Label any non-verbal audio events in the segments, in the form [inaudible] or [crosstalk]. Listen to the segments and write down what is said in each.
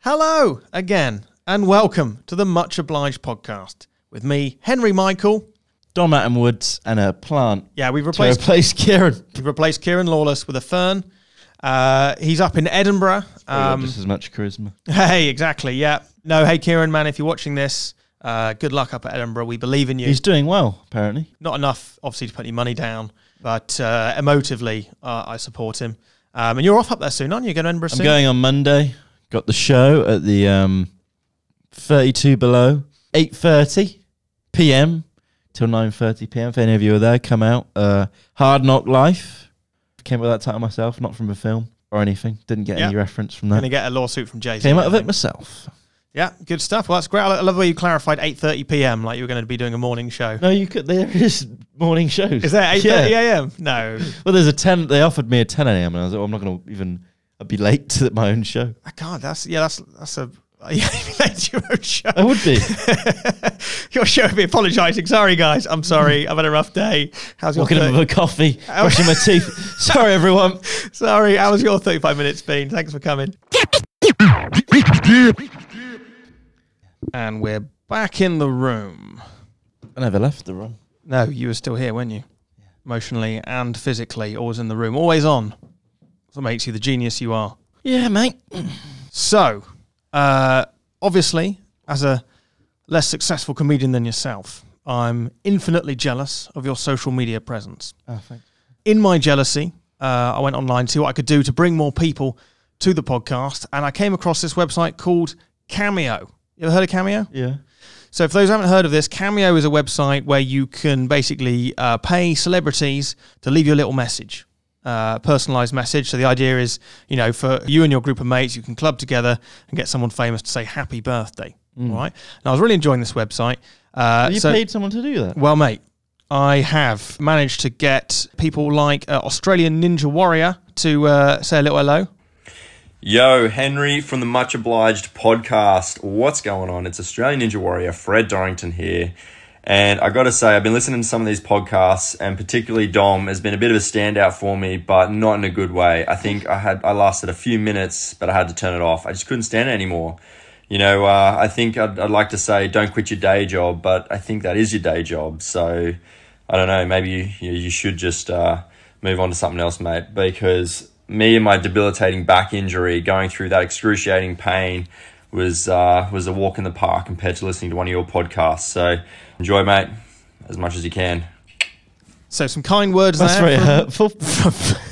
Hello again, and welcome to the Much Obliged podcast with me, Henry Michael. Dom Atom Woods and a plant Yeah, we've to replaced [laughs] replace Kieran. we've replaced Kieran Lawless with a fern. Uh, he's up in Edinburgh. Um, Um, just as much charisma. [laughs] hey, exactly. Yeah. No, hey, Kieran, man, if you're watching this, uh, good luck up at Edinburgh. We believe in you. He's doing well, apparently. Not enough, obviously, to put any money down, but uh, emotively, uh, I support him. Um, and you're off up there soon, aren't you? Going to Edinburgh I'm soon? going on Monday. Got the show at the um, 32 below, 8:30 p.m. till 9:30 p.m. If any of you are there, come out. Uh, Hard Knock Life. Came up with that title myself, not from a film or anything. Didn't get any Yeah. reference from Going to that. get a lawsuit from Jay. Came up with it myself. Yeah, good stuff. Well, that's great. I love the way you clarified 8:30 p.m. like you were going to be doing a morning show. No, you could. There is morning shows. Is that 8:30 Yeah. a.m.? No. Well, there's a ten. They offered me a ten a.m. and I was like, oh, I'm not going to even. I'd be late to my own show. I can't. That's yeah. That's that's a [laughs] yeah. you made your own show. I would be. [laughs] Your show would be apologising. Sorry, guys. I'm sorry. I've had a rough day. How's your Walking up thir- [laughs] with a coffee, brushing my teeth. Sorry, everyone. sorry? How's your 35 minutes been? Thanks for coming. And we're back in the room. I never left the room. No, you were still here, weren't you? Emotionally and physically, always in the room, always on. That's what makes you the genius you are. Yeah, mate. So, uh, obviously, as a less successful comedian than yourself, I'm infinitely jealous of your social media presence. Oh, thanks. In my jealousy, uh, I went online to see what I could do to bring more people to the podcast, and I came across this website called Cameo. You ever heard of Cameo? Yeah. So, for those who haven't heard of this, Cameo is a website where you can basically uh, pay celebrities to leave you a little message, uh, personalized message. So, the idea is, you know, for you and your group of mates, you can club together and get someone famous to say happy birthday. All right. And I was really enjoying this website. Uh, Mm. you so- paid someone to do that. well, mate, I have managed to get people like uh, Australian Ninja Warrior to uh, say a little hello. Yo, Henry from the Much Obliged podcast. What's going on? It's Australian Ninja Warrior Fred Dorrington here. And I got to say, I've been listening to some of these podcasts, and particularly Dom has been a bit of a standout for me, but not in a good way. I think I had I lasted a few minutes, but I had to turn it off. I just couldn't stand it anymore. You know, uh, I think I'd, I'd like to say don't quit your day job, but I think that is your day job. So I don't know. Maybe you, you, you should just uh, move on to something else, mate, because me and my debilitating back injury, going through that excruciating pain, was uh, was a walk in the park compared to listening to one of your podcasts. So enjoy, mate, as much as you can. So, some kind words That's there. very hurtful. [laughs]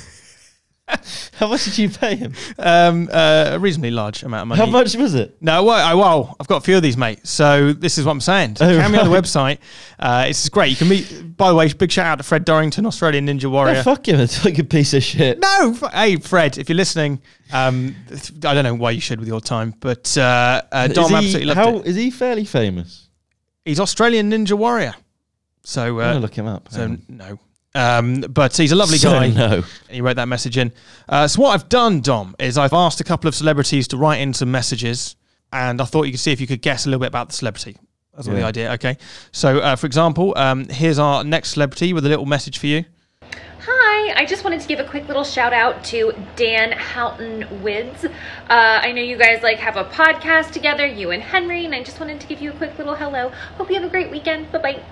How much did you pay him? [laughs] Um, uh, a reasonably large amount of money. How much was it? No, well, I, well, I've got a few of these, mate. So this is what I'm saying. Oh, Cameo the right. website. Uh, it's great. You can meet. By the way, big shout out to Fred Dorrington, Australian Ninja Oh, Warrior. fuck him. It's like a piece of shit. No, f- hey Fred, if you're listening, um, th- I don't know why you should with your time, but uh, uh, Is Dom he- absolutely loved how- it. Is he fairly famous? He's Australian Ninja Warrior. So, I'm going uh, to look him up. so no, um, but he's a lovely Oh. So guy. no. And he wrote that message in. Uh, so what I've done, Dom, is I've asked a couple of celebrities to write in some messages, and I thought you could see if you could guess a little bit about the celebrity. That's what the Yeah. idea. Okay. So, uh, for example, um, here's our next celebrity with a little message for you. Hi, I just wanted to give a quick little shout out to Dan Houghton Wids. Uh, I know you guys like have a podcast together, you and Henry, and I just wanted to give you a quick little hello. Hope you have a great weekend. Bye bye.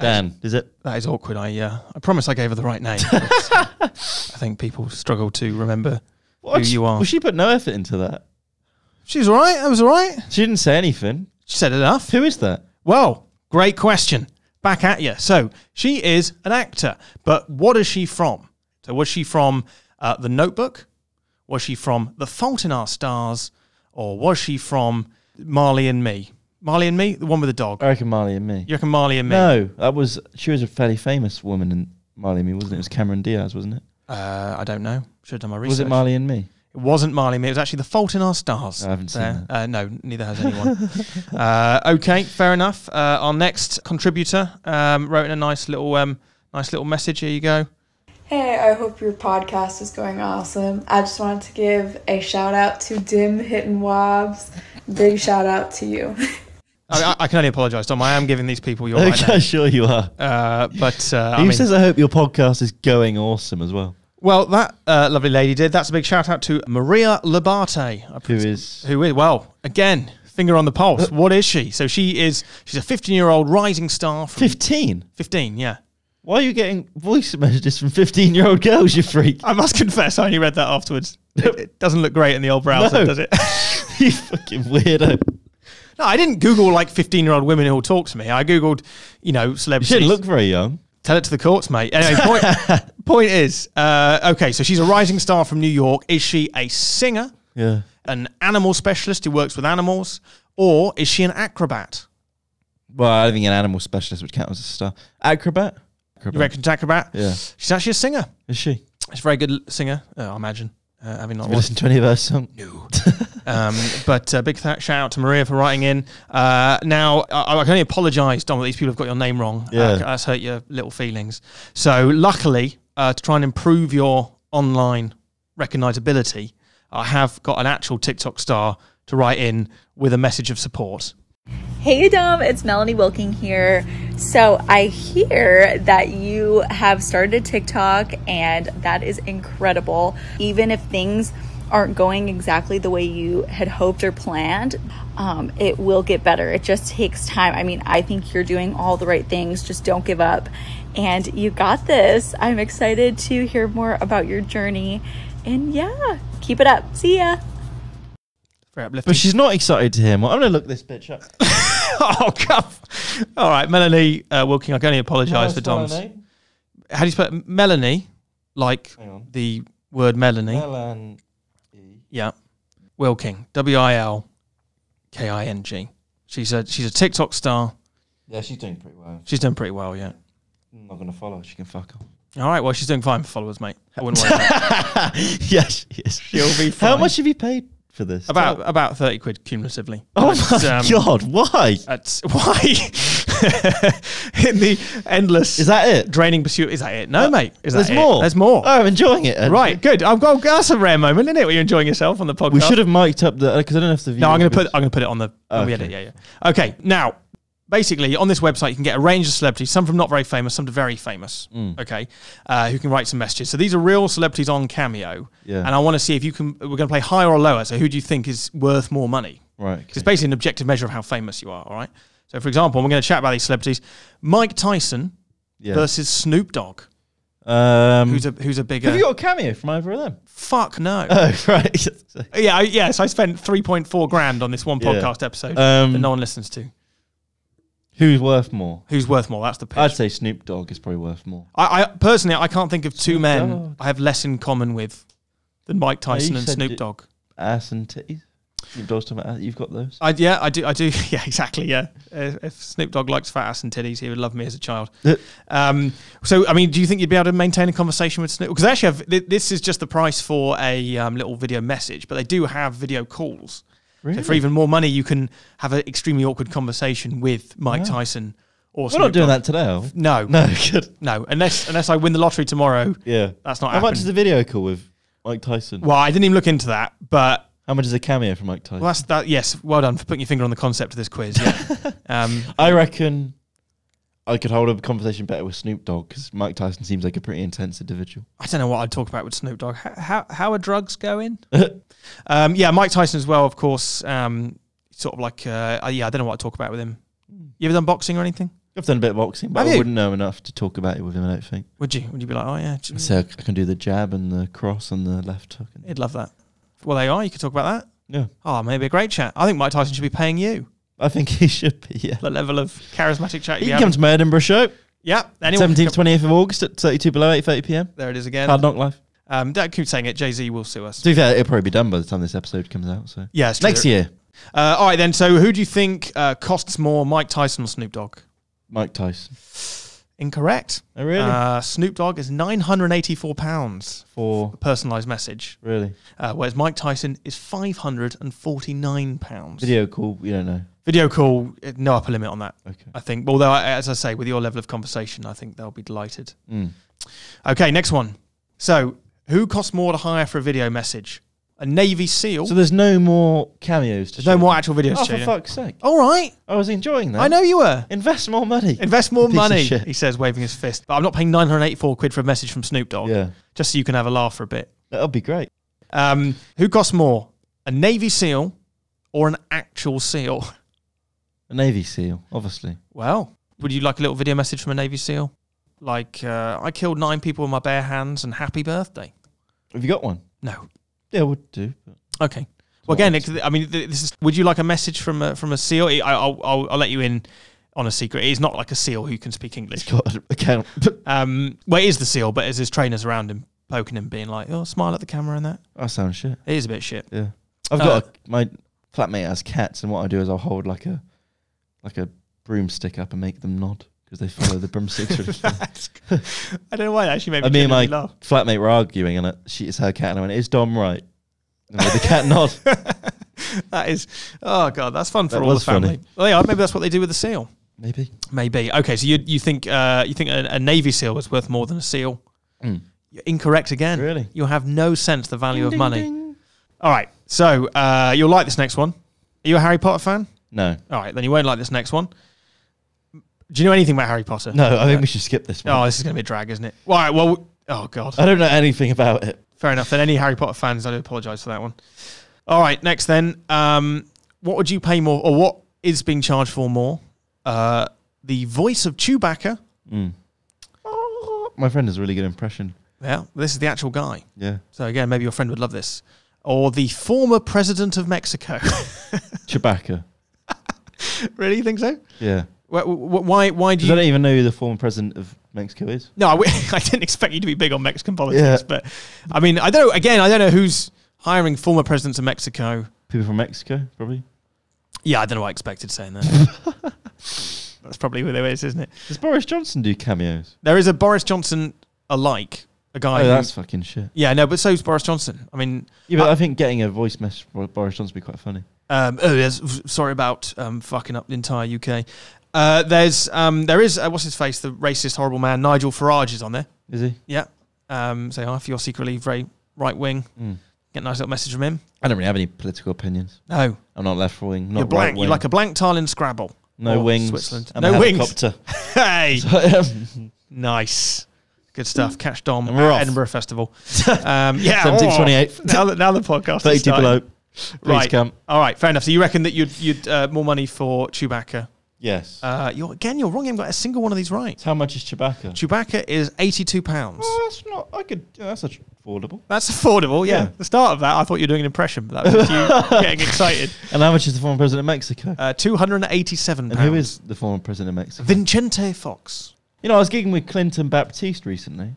Dan, is it? That is awkward. I uh, I promise I gave her the right [laughs] name. but, uh, I think people struggle to remember who you are. Well, she put no effort into that. She's all right. I was all right. She didn't say anything. She said enough. Who is that? Well, great question. Back at you. So she is an actor, but what is she from? So was she from uh, The Notebook? Was she from The Fault in Our Stars? Or was she from Marley and Me? Marley and Me, the one with the dog. I reckon Marley and me. You reckon Marley and Me? Uh, No, that was she was a fairly famous woman in Marley and Me, wasn't it? It was Cameron Diaz, wasn't it? Uh, I don't know. Should have done my research. Was it Marley and [laughs] Me? It wasn't Marley and Me. It was actually The Fault in Our Stars. I haven't seen There. Uh, no, neither has anyone. [laughs] uh, okay, fair enough. Uh, our next contributor um, wrote in a nice little, um, nice little message. Here you go. Hey, I hope your podcast is going awesome. I just wanted to give a shout out to Dim Hitting Wobs. Big shout out to you. I, I- I can only apologise, Tom. I am giving these people your right Okay, sure you are. name. Uh, but uh, I [laughs] Who mean, says I hope your podcast is going awesome as well? Well, that uh, lovely lady did. That's a big shout out to Maria Labate. I Who pres- is Who is well again? Finger on the pulse. Uh, What is she? So she is. She's a 15 year old rising star from 15? 15. Yeah. Why are you getting voice messages from 15 year old girls, you freak? I must confess, I only read that [laughs] afterwards. It, it doesn't look great in the old browser, No. does it? [laughs] [laughs] you fucking weirdo. no, I didn't Google like 15 year old women who will talk to me. I Googled, you know, You celebrities. didn't look very young. Tell it to the courts, mate. Anyway, point, point is, uh, okay, so she's a rising star from New York. Is she a singer, Yeah. an animal specialist who works with animals, or is she an acrobat? Well, I don't think an animal specialist would count as a star. Acrobat? Acrobat. You reckon she's an acrobat? Yeah. She's actually a singer. Is she? She's a very good l- singer, uh, I imagine, uh, having not Have you watched. listened to any of her songs? Um, but uh, big th- shout out to Maria for writing in. Uh, now, I, I can only apologise, Dom, that these people have got your name wrong. Yeah. Uh, that's hurt your little feelings. So, luckily, uh, to try and improve your online recognisability, I have got an actual TikTok star to write in with a message of support. Hey Dom, it's Melanie Wilking here. So I hear that you have started a TikTok and that is incredible. Even if things aren't going exactly the way you had hoped or planned, um, it will get better. It just takes time. I mean, I think you're doing all the right things. Just don't give up. And you got this. I'm excited to hear more about your journey. And yeah, keep it up. See ya. Very uplifting. [laughs] [laughs] But she's not excited to hear more. I'm going to look this bitch up. oh, come. All right, Melanie uh, Wilking, I can only apologise for Dom's. How do you spell it? Melanie, like on. the word Melanie. Melanie. Yeah. Wilking. W I L K I N G. She's a she's a TikTok star. Yeah, she's doing pretty well. She's done pretty well, yeah. I'm not going to follow. her. She can fuck off. All right, well she's doing fine for followers, mate. I wouldn't worry about it. [laughs] yes, yes. She'll be How fine. much have you paid for this? about [laughs] about thirty quid cumulatively. Oh But, [laughs] my um, god! Why That's [laughs] why in the endless is that it? draining pursuit is that it? No, mate. Is that There's it? more. There's more. Oh, I'm enjoying it. actually. right, good. I've got that's a rare moment, isn't it? Where you're enjoying yourself on the podcast. We should have mic'd up the because I don't know if the. No, I'm going to put viewers- I'm going to put it on the when we Okay. edit. Yeah, yeah. Okay. Now, basically, on this website, you can get a range of celebrities, some from not very famous, some to very famous. Mm. Okay, uh, who can write some messages. So these are real celebrities on Cameo. Yeah. And I want to see if you can. We're going to play higher or lower. So who do you think is worth more money? Right. 'Cause It's basically an objective measure of how famous you are. All right. So for example, we're going to chat about these celebrities: Mike Tyson Yeah. versus Snoop Dogg. um, Who's a who's a bigger? have you got a cameo from either of them? [laughs] fuck no. [laughs] Oh, right. [laughs] yeah, I, yeah. So I spent three point four grand on this one Yeah. podcast episode Um, that no one listens to. Who's worth more? Who's worth more? That's the pitch. I'd say Snoop Dogg is probably worth more. I, I personally, I can't think of Oh, two men Dogg. I have less in common with than Mike Tyson and said Snoop it- Dogg. Ass and titties. Snoop Dogg's talking about ass. You've got those. I, yeah, I do. [laughs] I do. Yeah, exactly. Yeah, Uh, if Snoop Dogg likes fat ass and titties, he would love me as a [laughs] child. Uh. um, so, I mean, do you think you'd be able to maintain a conversation with Snoop? Because actually, have, th- this is just the price for a um, little video message, but they do have video calls. So for even more money, you can have an extremely awkward conversation with Mike Tyson or We're Snoop not doing Dogg. that today. Are we? [laughs] No, no, No. Good. no. Unless unless I win the lottery tomorrow. Yeah. That's not How much happening. is the video call with Mike Tyson? Well, I didn't even look into that, but How much is a cameo from Mike Tyson? well, that's that. Yes, well done for putting your finger on the concept of this quiz. Yeah. um, I reckon I could hold a conversation better with Snoop Dogg because Mike Tyson seems like a pretty intense individual. [laughs] I don't know what I'd talk about with Snoop Dogg. How how, how are drugs going? [laughs] um, yeah, Mike Tyson as well, of course. Um, sort of like uh, uh, yeah, I don't know what I'd talk about with him. You ever done boxing or anything? I've done a bit of boxing, but Have I you? wouldn't know enough to talk about it with him. I don't think. Would you? Would you be like, oh yeah, j- So I can do the jab and the cross and the left hook. And he'd love that. Well, they are. You could talk about that. yeah, Oh, maybe a great chat. I think Mike Tyson should be paying you I think he should be. Yeah, the level of charismatic chat. he You can come to my Edinburgh show, yeah. Anyone? can seventeenth, come- twentieth of August at thirty-two below eight thirty p.m. There it is again. Hard Knock Life. Um, don't keep saying it. Jay Z will sue us. To be fair, it'll probably be done by the time this episode comes out. So Yeah, it's true. next year, Uh, all right, then. So, who do you think uh, costs more, Mike Tyson or Snoop Dogg? Mike Tyson Incorrect. Oh, really? Uh, Snoop Dogg is nine hundred eighty-four pounds. for Personalised message, really uh, whereas Mike Tyson is five hundred and forty-nine pounds. video call. You don't know. Video call, uh, no upper limit on that. Okay. I think. Although, I- as I say, with your level of conversation, I think they'll be delighted. Hmm. Okay, next one. So, who costs more to hire for a video message? A a Navy SEAL. So there's no more cameos. To There's no show. more actual videos. to Oh, for show you. fuck's sake! All right, I was enjoying that. I know you were. Invest more money. Invest more [laughs] Piece of money, shit. he says, waving his fist. But I'm not paying 984 quid for a message from Snoop Dogg. Yeah. Just so you can have a laugh for a bit. That'll be great. Um, who costs more, a Navy SEAL or an actual SEAL? [laughs] A Navy SEAL, obviously. Well, would you like a little video message from a Navy SEAL? Like, uh, I killed nine people with my bare hands and happy birthday. Have you got one? No. Yeah, would do. but- Okay. Well, again, I it, I mean, th- this is. Would you like a message from a, from a SEAL? I, I'll, I'll, I'll let you in on a secret. It's not like a SEAL who can speak English. God, [laughs] account. Um, well, it is the SEAL, but it's his trainers around him poking him, being like, "Oh, smile at the camera and that." I sound shit. It is a bit [laughs] shit. Yeah. I've Uh, got a, my flatmate has cats, and what I do is I'll hold like a like a broomstick up and make them nod because they follow the broomstick. really [laughs] well. I don't know why that actually made me, and me and my genuinely laugh. flatmate were arguing, and it, she is her cat, and I went, "Is Dom right?" And I made the cat [laughs] nod. [laughs] That is, oh god, that's fun for That all the was funny. family. Well, yeah, maybe that's what they do with the SEAL. Maybe. Maybe. Okay, so you you think uh, you think a, a Navy SEAL is worth more than a SEAL? You're incorrect again. Hmm. Really? You have no sense of the value of money. All right, so uh, you'll like this next one. Are you a Harry Potter fan? No. All right, then you won't like this next one. Do you know anything about Harry Potter? No, I think we should skip this one. Oh, this is going to be a drag, isn't it? All right, well, oh god. I don't know anything about it. Fair enough. Then any Harry Potter fans, I do apologise for that one. All right, next then. Um, what would you pay more, or what is being charged for more? Uh, the voice of Chewbacca. My friend has a really good impression. Yeah, this is the actual guy. Yeah. So again, maybe your friend would love this. Or the former president of Mexico. [laughs] Chewbacca. really, you think so? Yeah. Why? Why, why do Because I you? don't even know who the former president of Mexico is. No, I, w- [laughs] I didn't expect you to be big on Mexican politics, Yeah. but I mean, I don't. know. Again, I don't know who's hiring former presidents of Mexico. People from Mexico, probably. Yeah, I don't know what I expected saying that. [laughs] That's probably who there is, isn't it? Does Boris Johnson do cameos? There is a Boris Johnson alike, a guy. Oh, who- that's fucking shit. yeah, no, but so's Boris Johnson. I mean, Yeah, but I think getting a voice message from Boris Johnson would be quite funny. um, oh, yes, f- sorry about um, fucking up the entire UK. Uh, there's, um, there is, uh, what's his face, the racist horrible man Nigel Farage is on there. Is he? Yeah, um, say hi if you're secretly very right wing. Get a nice little message from him. Hmm. I don't really have any political opinions. No, I'm not left wing. Not you're blank. Right You're like a blank tile in Scrabble. no Or wings. Switzerland. I'm no a wings. Helicopter. [laughs] [laughs] Hey, Something nice, good stuff. Catch Dom And we're at off. Edinburgh Festival. Um, [laughs] yeah, 17th, oh. 28th. Now that now the podcast. is 30 starting. below. Please come. All right, fair enough. So you reckon that you'd you'd uh, more money for Chewbacca? Yes. Uh, you're again, you're wrong. You haven't got a single one of these right. How much is Chewbacca? Chewbacca is eighty-two pounds. Oh, that's not. I could. Yeah, that's affordable. That's affordable. Yeah. Yeah. The start of that, I thought you were doing an impression, but that was [laughs] you getting excited. And how much is the former president of Mexico? Uh, Two hundred and eighty-seven. and who is the former president of Mexico? Vincente Fox? You know, I was gigging with Clinton Baptiste recently.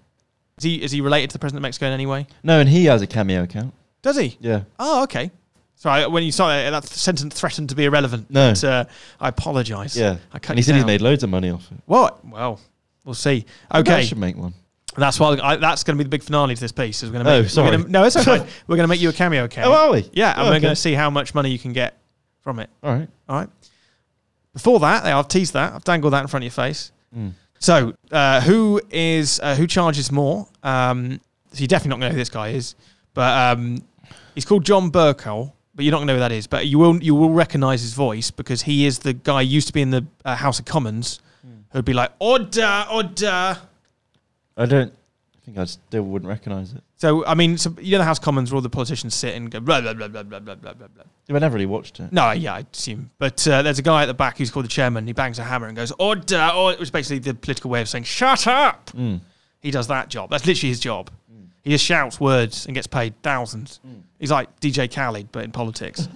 Is he is he related to the president of Mexico in any way? No, and he has a cameo account. Does he? Yeah. Oh, okay. Sorry, when you saw that, that sentence threatened to be irrelevant. No. But, uh, I apologise. Yeah. I cut and he you said he's down. made loads of money off it. What? Well, we'll see. I Okay. should make one. That's why I, that's going to be the big finale to this piece. Is we're going to Oh, make, we're sorry. gonna- no, [laughs] it's okay. we're going to make you a cameo account. Oh, are we? Yeah, Oh, and we're okay. going to see how much money you can get from it. All right. All right. Before that, I've teased that. I've dangled that in front of your face. So, uh, who is uh, who charges more? Um, so you're definitely not going to know who this guy is, but um, he's called John Burkle. But you're not going to know who that is. But you will you will recognise his voice because he is the guy who used to be in the uh, House of Commons who'd be like order order. I don't I think I still wouldn't recognise it. So I mean, so, you know the House of Commons where all the politicians sit and go blah blah blah blah blah blah blah blah. blah. Yeah, I never really watched it. No, yeah, I assume. But uh, there's a guy at the back who's called the chairman. He bangs a hammer and goes order, or which is basically the political way of saying shut up. Mm. He does that job. That's literally his job. He just shouts words and gets paid thousands. Mm. He's like DJ Khaled, but in politics.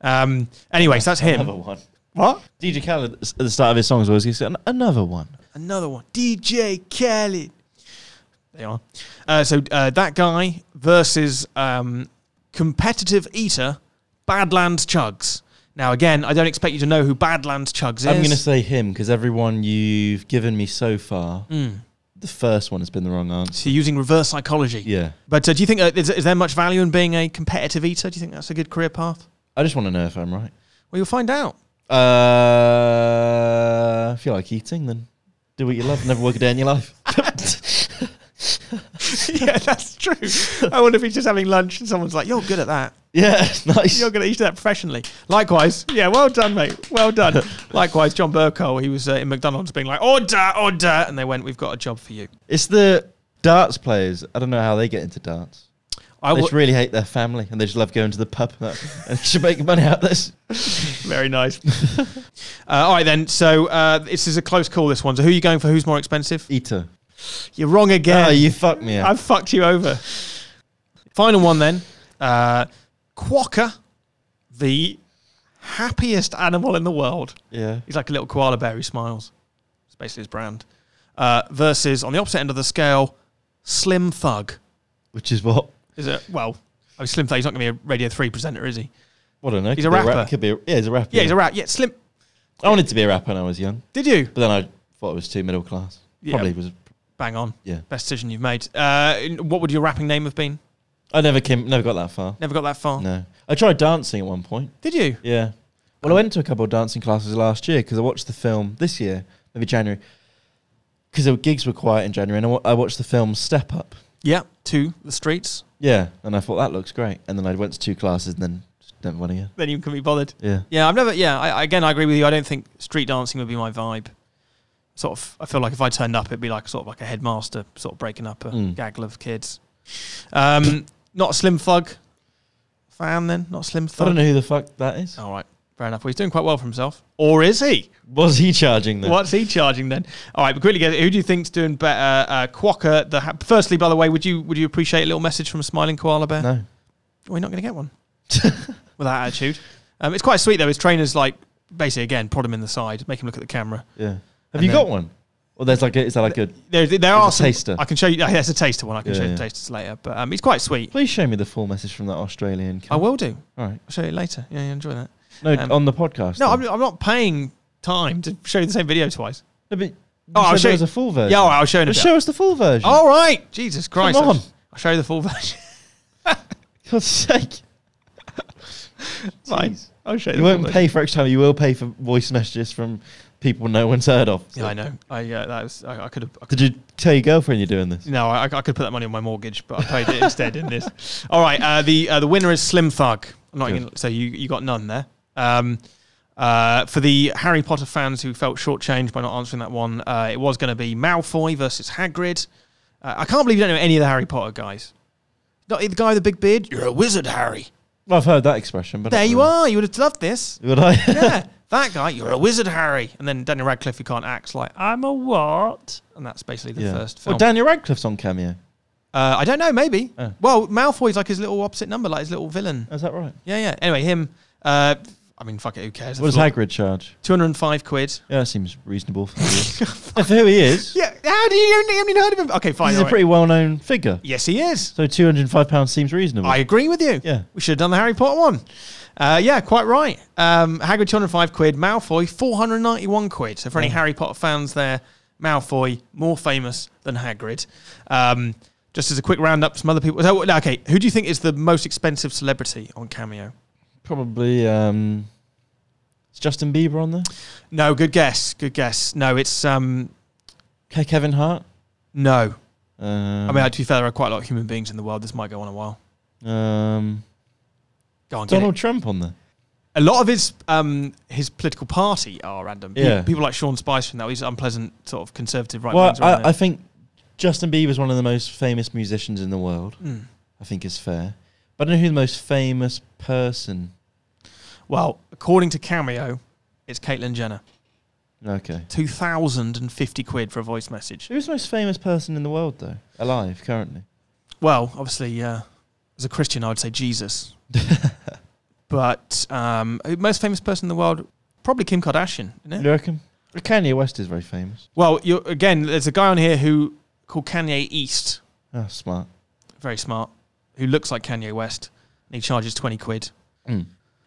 um, anyway, so that's Another him. one. What? DJ Khaled at the start of his songs always gets an- another one. Another one. DJ Khaled. They are. Uh, so uh, that guy versus um, competitive eater Badlands Chugs. Now, again, I don't expect you to know who Badlands Chugs is. I'm going to say him because everyone you've given me so far, the first one has been the wrong answer. So you're using reverse psychology. Yeah. But uh, do you think, uh, is, is there much value in being a competitive eater? Do you think that's a good career path? I just want to know if I'm right. Well, you'll find out. [laughs] Uh, if you like eating, then do what you love. Never work a day in your life. yeah, that's true. I wonder if he's just having lunch and someone's like, "You're good at that. [laughs] Yeah, nice. You're good at you do that professionally." Likewise, yeah, well done, mate. Well done. Likewise, John Burkle, he was uh, in McDonald's being like, "Order, order," and they went, "We've got a job for you." It's the darts players. I don't know how they get into darts. I They w- just really hate their family and they just love going to the pub and they should make money out of this. Very nice. uh, all right then. So uh, this is a close call. This one. So who are you going for? Who's more expensive? Eater. You're wrong again. Oh, you fucked me up. I've fucked you over. Final one then. Uh, quokka, the happiest animal in the world. yeah. He's like a little koala bear. He smiles. It's basically his brand. Uh, versus on the opposite end of the scale, Slim Thug. Which is what? Is it? Well, oh, Slim Thug. He's not going to be a Radio Three presenter, is he? What I don't know. He's a Could be rapper. rap- could be a- yeah, he's a rapper. Yeah, he's a rap. Yeah, Slim. I wanted to be a rapper when I was young, Did you? but then I thought it was too middle class. Yeah. Probably was. Bang on. Yeah. Best decision you've made. Uh, in- what would your rapping name have been? I never came, never got that far. Never got that far. No. I tried dancing at one point. Did you? Yeah. Well, I went to a couple of dancing classes last year because I watched the film this year, maybe January, because the gigs were quiet in January, and I wa- I watched the film Step Up. Yeah. To the streets. Yeah, and I thought that looks great, and then I went to two classes and then just never went again. Then you can be bothered. Yeah. Yeah, I've never. Yeah, I, I- again, I agree with you. I don't think street dancing would be my vibe. Sort of, I feel like if I turned up, it'd be like sort of like a headmaster sort of breaking up a Mm. gaggle of kids. Um, not a Slim Thug fan, then. Not a Slim I Thug. don't know who the fuck that is. All right, fair enough. Well, he's doing quite well for himself, or is he? Was he charging them? What's he charging then? All right, but quickly, get who do you think's doing better? Uh, Quokka. The ha- firstly, by the way, would you would you appreciate a little message from a smiling koala bear? No. We're not going to get [laughs] one with that attitude. Um, it's quite sweet though. His trainers like basically again prod him in the side, make him look at the camera. Yeah. Have And you then- got one? Well, there's like, a, is that like a? There, there are a some- taster. I can show you. oh, yeah, There's a taster one. I can Yeah, show you yeah. the tasters later. But um, he's quite sweet. Please show me the full message from that Australian. I will do. All right. I'll show you later. Yeah, you enjoy that. No, Um, on the podcast. No, then. I'm, I'm not paying time to show you the same video twice. No, but you Oh, I'll said show there you- was a full version. Yeah, all right, I'll show you. Oh. In a But bit. show us the full version. All right, Jesus Christ! Come I'll- on. I'll show you the full version. [laughs] God's sake. Fine. Jeez. I'll show you. You the full won't version. pay for extra time. You will pay for voice messages from people no one's heard of. So- Yeah, I know. I uh, that was I, I could have. Did you tell your girlfriend you're doing this? No, I, I could put that money on my mortgage, but I paid it instead in [laughs] this. All right, uh, the uh, the winner is Slim Thug. I'm not Good. even, so you you got none there. Um, uh, for the Harry Potter fans who felt shortchanged by not answering that one, uh, it was going to be Malfoy versus Hagrid. Uh, I can't believe you don't know any of the Harry Potter guys. Not the guy with the big beard. You're a wizard, Harry. Well, I've heard that expression, but There you are. You would have loved [laughs] this. Would I? [laughs] Yeah, that guy. You're a wizard, Harry. And then Daniel Radcliffe, who can't act, like I'm a what? And that's basically the Yeah. first film. Well, Daniel Radcliffe's on cameo. Uh, Uh. I don't know, maybe. Oh. Well, Malfoy's like his little opposite number, like his little villain. Is that right? Yeah, yeah. Anyway, him. Uh, I mean, fuck it, who cares? What does Hagrid charge? Two hundred and five quid. Yeah, that seems [laughs] reasonable. For who he is. And for who he is, Yeah. How do you you haven't even heard of him? Okay, fine. he's all a right. pretty well-known figure. yes, he is. So two hundred and five pounds seems reasonable. I agree with you. Yeah. We should have done the Harry Potter one. Uh, yeah, quite right. Um, Hagrid two hundred and five quid. Malfoy four hundred and ninety-one quid. So for any Harry Potter fans there, Malfoy more famous than Hagrid. Um, just as a quick roundup, some other people. So, okay, who do you think is the most expensive celebrity on Cameo? Probably. Um, is Justin Bieber on there? No, good guess. Good guess. No, it's um Ke- Kevin Hart. no. Um, I mean, to be fair, there are quite a lot of human beings in the world. This might go on a while. um, Go on, get Donald it. Trump on there. A lot of his um his political party are random. Pe- Yeah. People like Sean Spicer and that these unpleasant sort of conservative right Well, wings. I, I think Justin Bieber's one of the most famous musicians in the world. Mm. I think is fair. But I don't know who the most famous person. well, according to Cameo, it's Caitlyn Jenner. Okay. Two thousand and fifty quid for a voice message. Who's the most famous person in the world though? Alive currently. Well, obviously, uh, as a Christian, I would say [laughs] Jesus. but um, most famous person in the world, probably Kim Kardashian, isn't it? You reckon? Kanye West is very famous. Well, you're, again, there's a guy on here who called Kanye East, Oh, smart. very smart, who looks like Kanye West, and he charges twenty quid. Mm.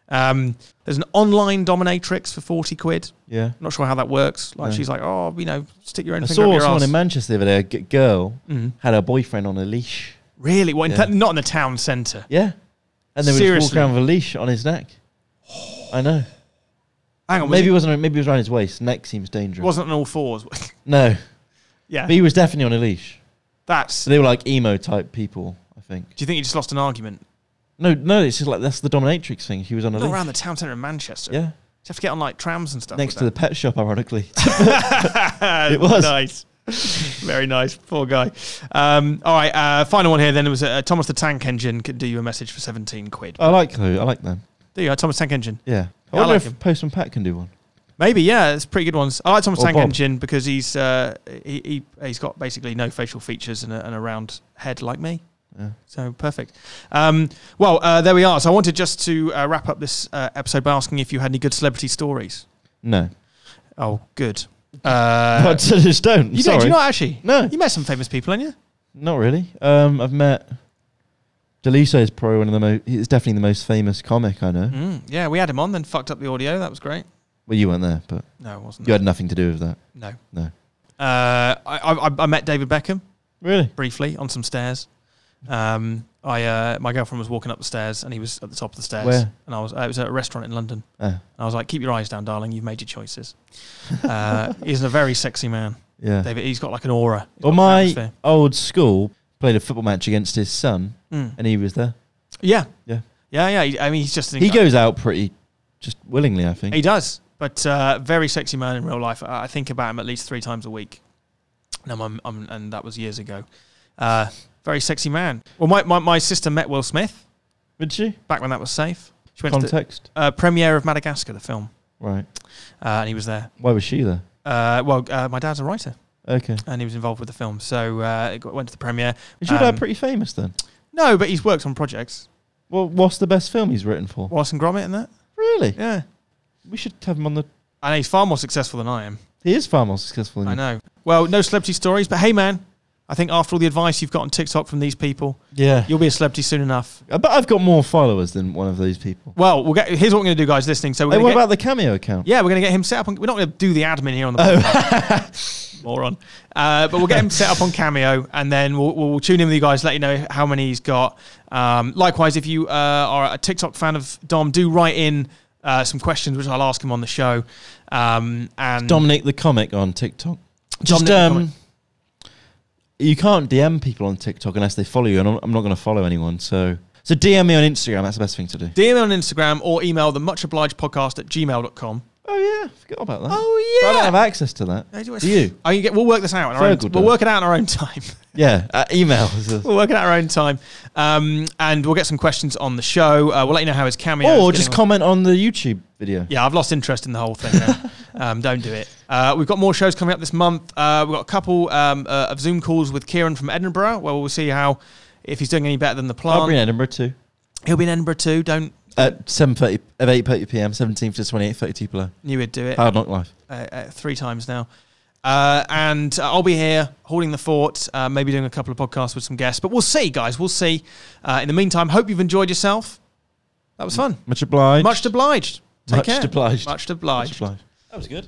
Um, there's an online dominatrix for forty quid. Yeah. I'm not sure how that works. Like No. she's like, oh, you know, stick your own I finger up saw your someone ass. in Manchester the other day. A g- girl Mhm. had her boyfriend on a leash. Really? Well, in Yeah. t- not in the town centre. Yeah. And they were Seriously? walking around with a leash on his neck. I know. Hang on, was Maybe maybe it it, wasn't. Maybe it was [laughs] around his waist. Neck seems dangerous. wasn't on all fours. No, yeah, but he was definitely on a leash. That's. So they were like emo type people, I think. Do you think you just lost an argument? No, no, it's just like that's the dominatrix thing. He was on a Not leash. around the town centre of Manchester. yeah, You have to get on like trams and stuff. next to the with pet shop, ironically. that. it was. nice. Very nice. Poor guy. Um, all right. Uh, final one here then. It was uh, Thomas the Tank Engine could do you a message for 17 quid. I like who I like them. There you go, Thomas Tank Engine. Yeah, I Yeah, I wonder like if him. Postman Pat can do one. Maybe, yeah, it's pretty good ones. I like Thomas Or Tank Oh, Bob. Engine because he's uh, he, he he's got basically no facial features and a, and a round head like me. Yeah. So perfect. Um, well, uh, there we are. So I wanted just to uh, wrap up this uh, episode by asking if you had any good celebrity stories. No, Oh, good. Uh, [laughs] but just don't. you Sorry, don't, do you not actually? No. You met some famous people, haven't you? not really. Um, I've met. Deliso is probably one of the most. He's definitely the most famous comic I know. Mm, yeah, we had him on, then fucked up the audio. That was great. Well, you weren't there, but No, it wasn't. you had nothing to do with that. No. No. Uh, I, I, I met David Beckham. Really? briefly on some stairs. Um, I uh, my girlfriend was walking up the stairs and he was at the top of the stairs. Where? And I was uh, it was at a restaurant in London. Ah, And I was like, keep your eyes down, darling. You've made your [laughs] choices. Uh, he's a very sexy man, yeah. David. He's got like an aura. He's Well, got my atmosphere. old school played a football match against his son, Mm. and he was there. yeah, Yeah. yeah, yeah. He- I mean, he's just an He goes out pretty just willingly, I think. He does, but uh, very sexy man in real life. I I think about him at least three times a week. And, I'm- I'm, I'm, and that was years ago. Uh, very sexy man. Well, my, my, my sister met Will Smith Would you? back when that was safe. She went to the, Context? uh, premiere of Madagascar, the film, Right. uh, and he was there. Why was she there? Uh, well, uh, my dad's a writer, Okay. and he was involved with the film, so uh, it got, went to the premiere. Is your dad Um, pretty famous then? No, but he's worked on projects. Well, what's the best film he's written for? Wallace and Gromit and that. Really? Yeah, We should have him on the. I know he's far more successful than I am. He is far more successful than I you. know. Well, no celebrity stories, but hey, man, I think after all the advice you've got on TikTok from these people, Yeah. you'll be a celebrity soon enough. I bet I've got more followers than one of those people. Well, we'll get. Here's what we're going to do, guys. Listening, so we're Hey, gonna what get- about the cameo account? Yeah, we're going to get him set up. On, we're not going to do the admin here on the Oh. [laughs] podcast. moron, uh, but we'll get him set up on Cameo, and then we'll, we'll tune in with you guys, let you know how many he's got. Um, likewise, if you uh, are a TikTok fan of Dom, do write in uh, some questions, which I'll ask him on the show. Um, and Dominic the comic on TikTok. Just Dominic the um, Comic. you can't DM people on TikTok unless they follow you, and I'm I'm not going to follow anyone. So, so DM me on Instagram. That's the best thing to do. DM on Instagram or email the much obliged podcast at gmail.com. Oh yeah, forgot about that. Oh, But yeah. I don't have access to that. [laughs] Do you? Oh, you get, we'll work this out. in Our own, Ferg will do we'll it. work it out in our own time. [laughs] Yeah, uh, email. is a- [laughs] We'll work it out our own time, um, and we'll get some questions on the show. Uh, we'll let you know how his cameo. or is just getting on. comment on the YouTube video. Yeah, I've lost interest in the whole thing. [laughs] Now. um, don't do it. Uh, we've got more shows coming up this month. Uh, we've got a couple um, uh, of Zoom calls with Kieran from Edinburgh, where we'll see how if he's doing any better than the I'll be in plan. Edinburgh too. He'll be in Edinburgh too. Don't At seven thirty, at eight thirty PM, seventeenth to twenty eight thirty two below. knew he'd do it uh, Hard knock life. uh, three times now. Uh, and uh, I'll be here holding the fort, uh, maybe doing a couple of podcasts with some guests. But we'll see, guys. We'll see. Uh, in the meantime, hope you've enjoyed yourself. That was fun. Much obliged. Much obliged. Take Much care. obliged. Much Much obliged. obliged. That was good.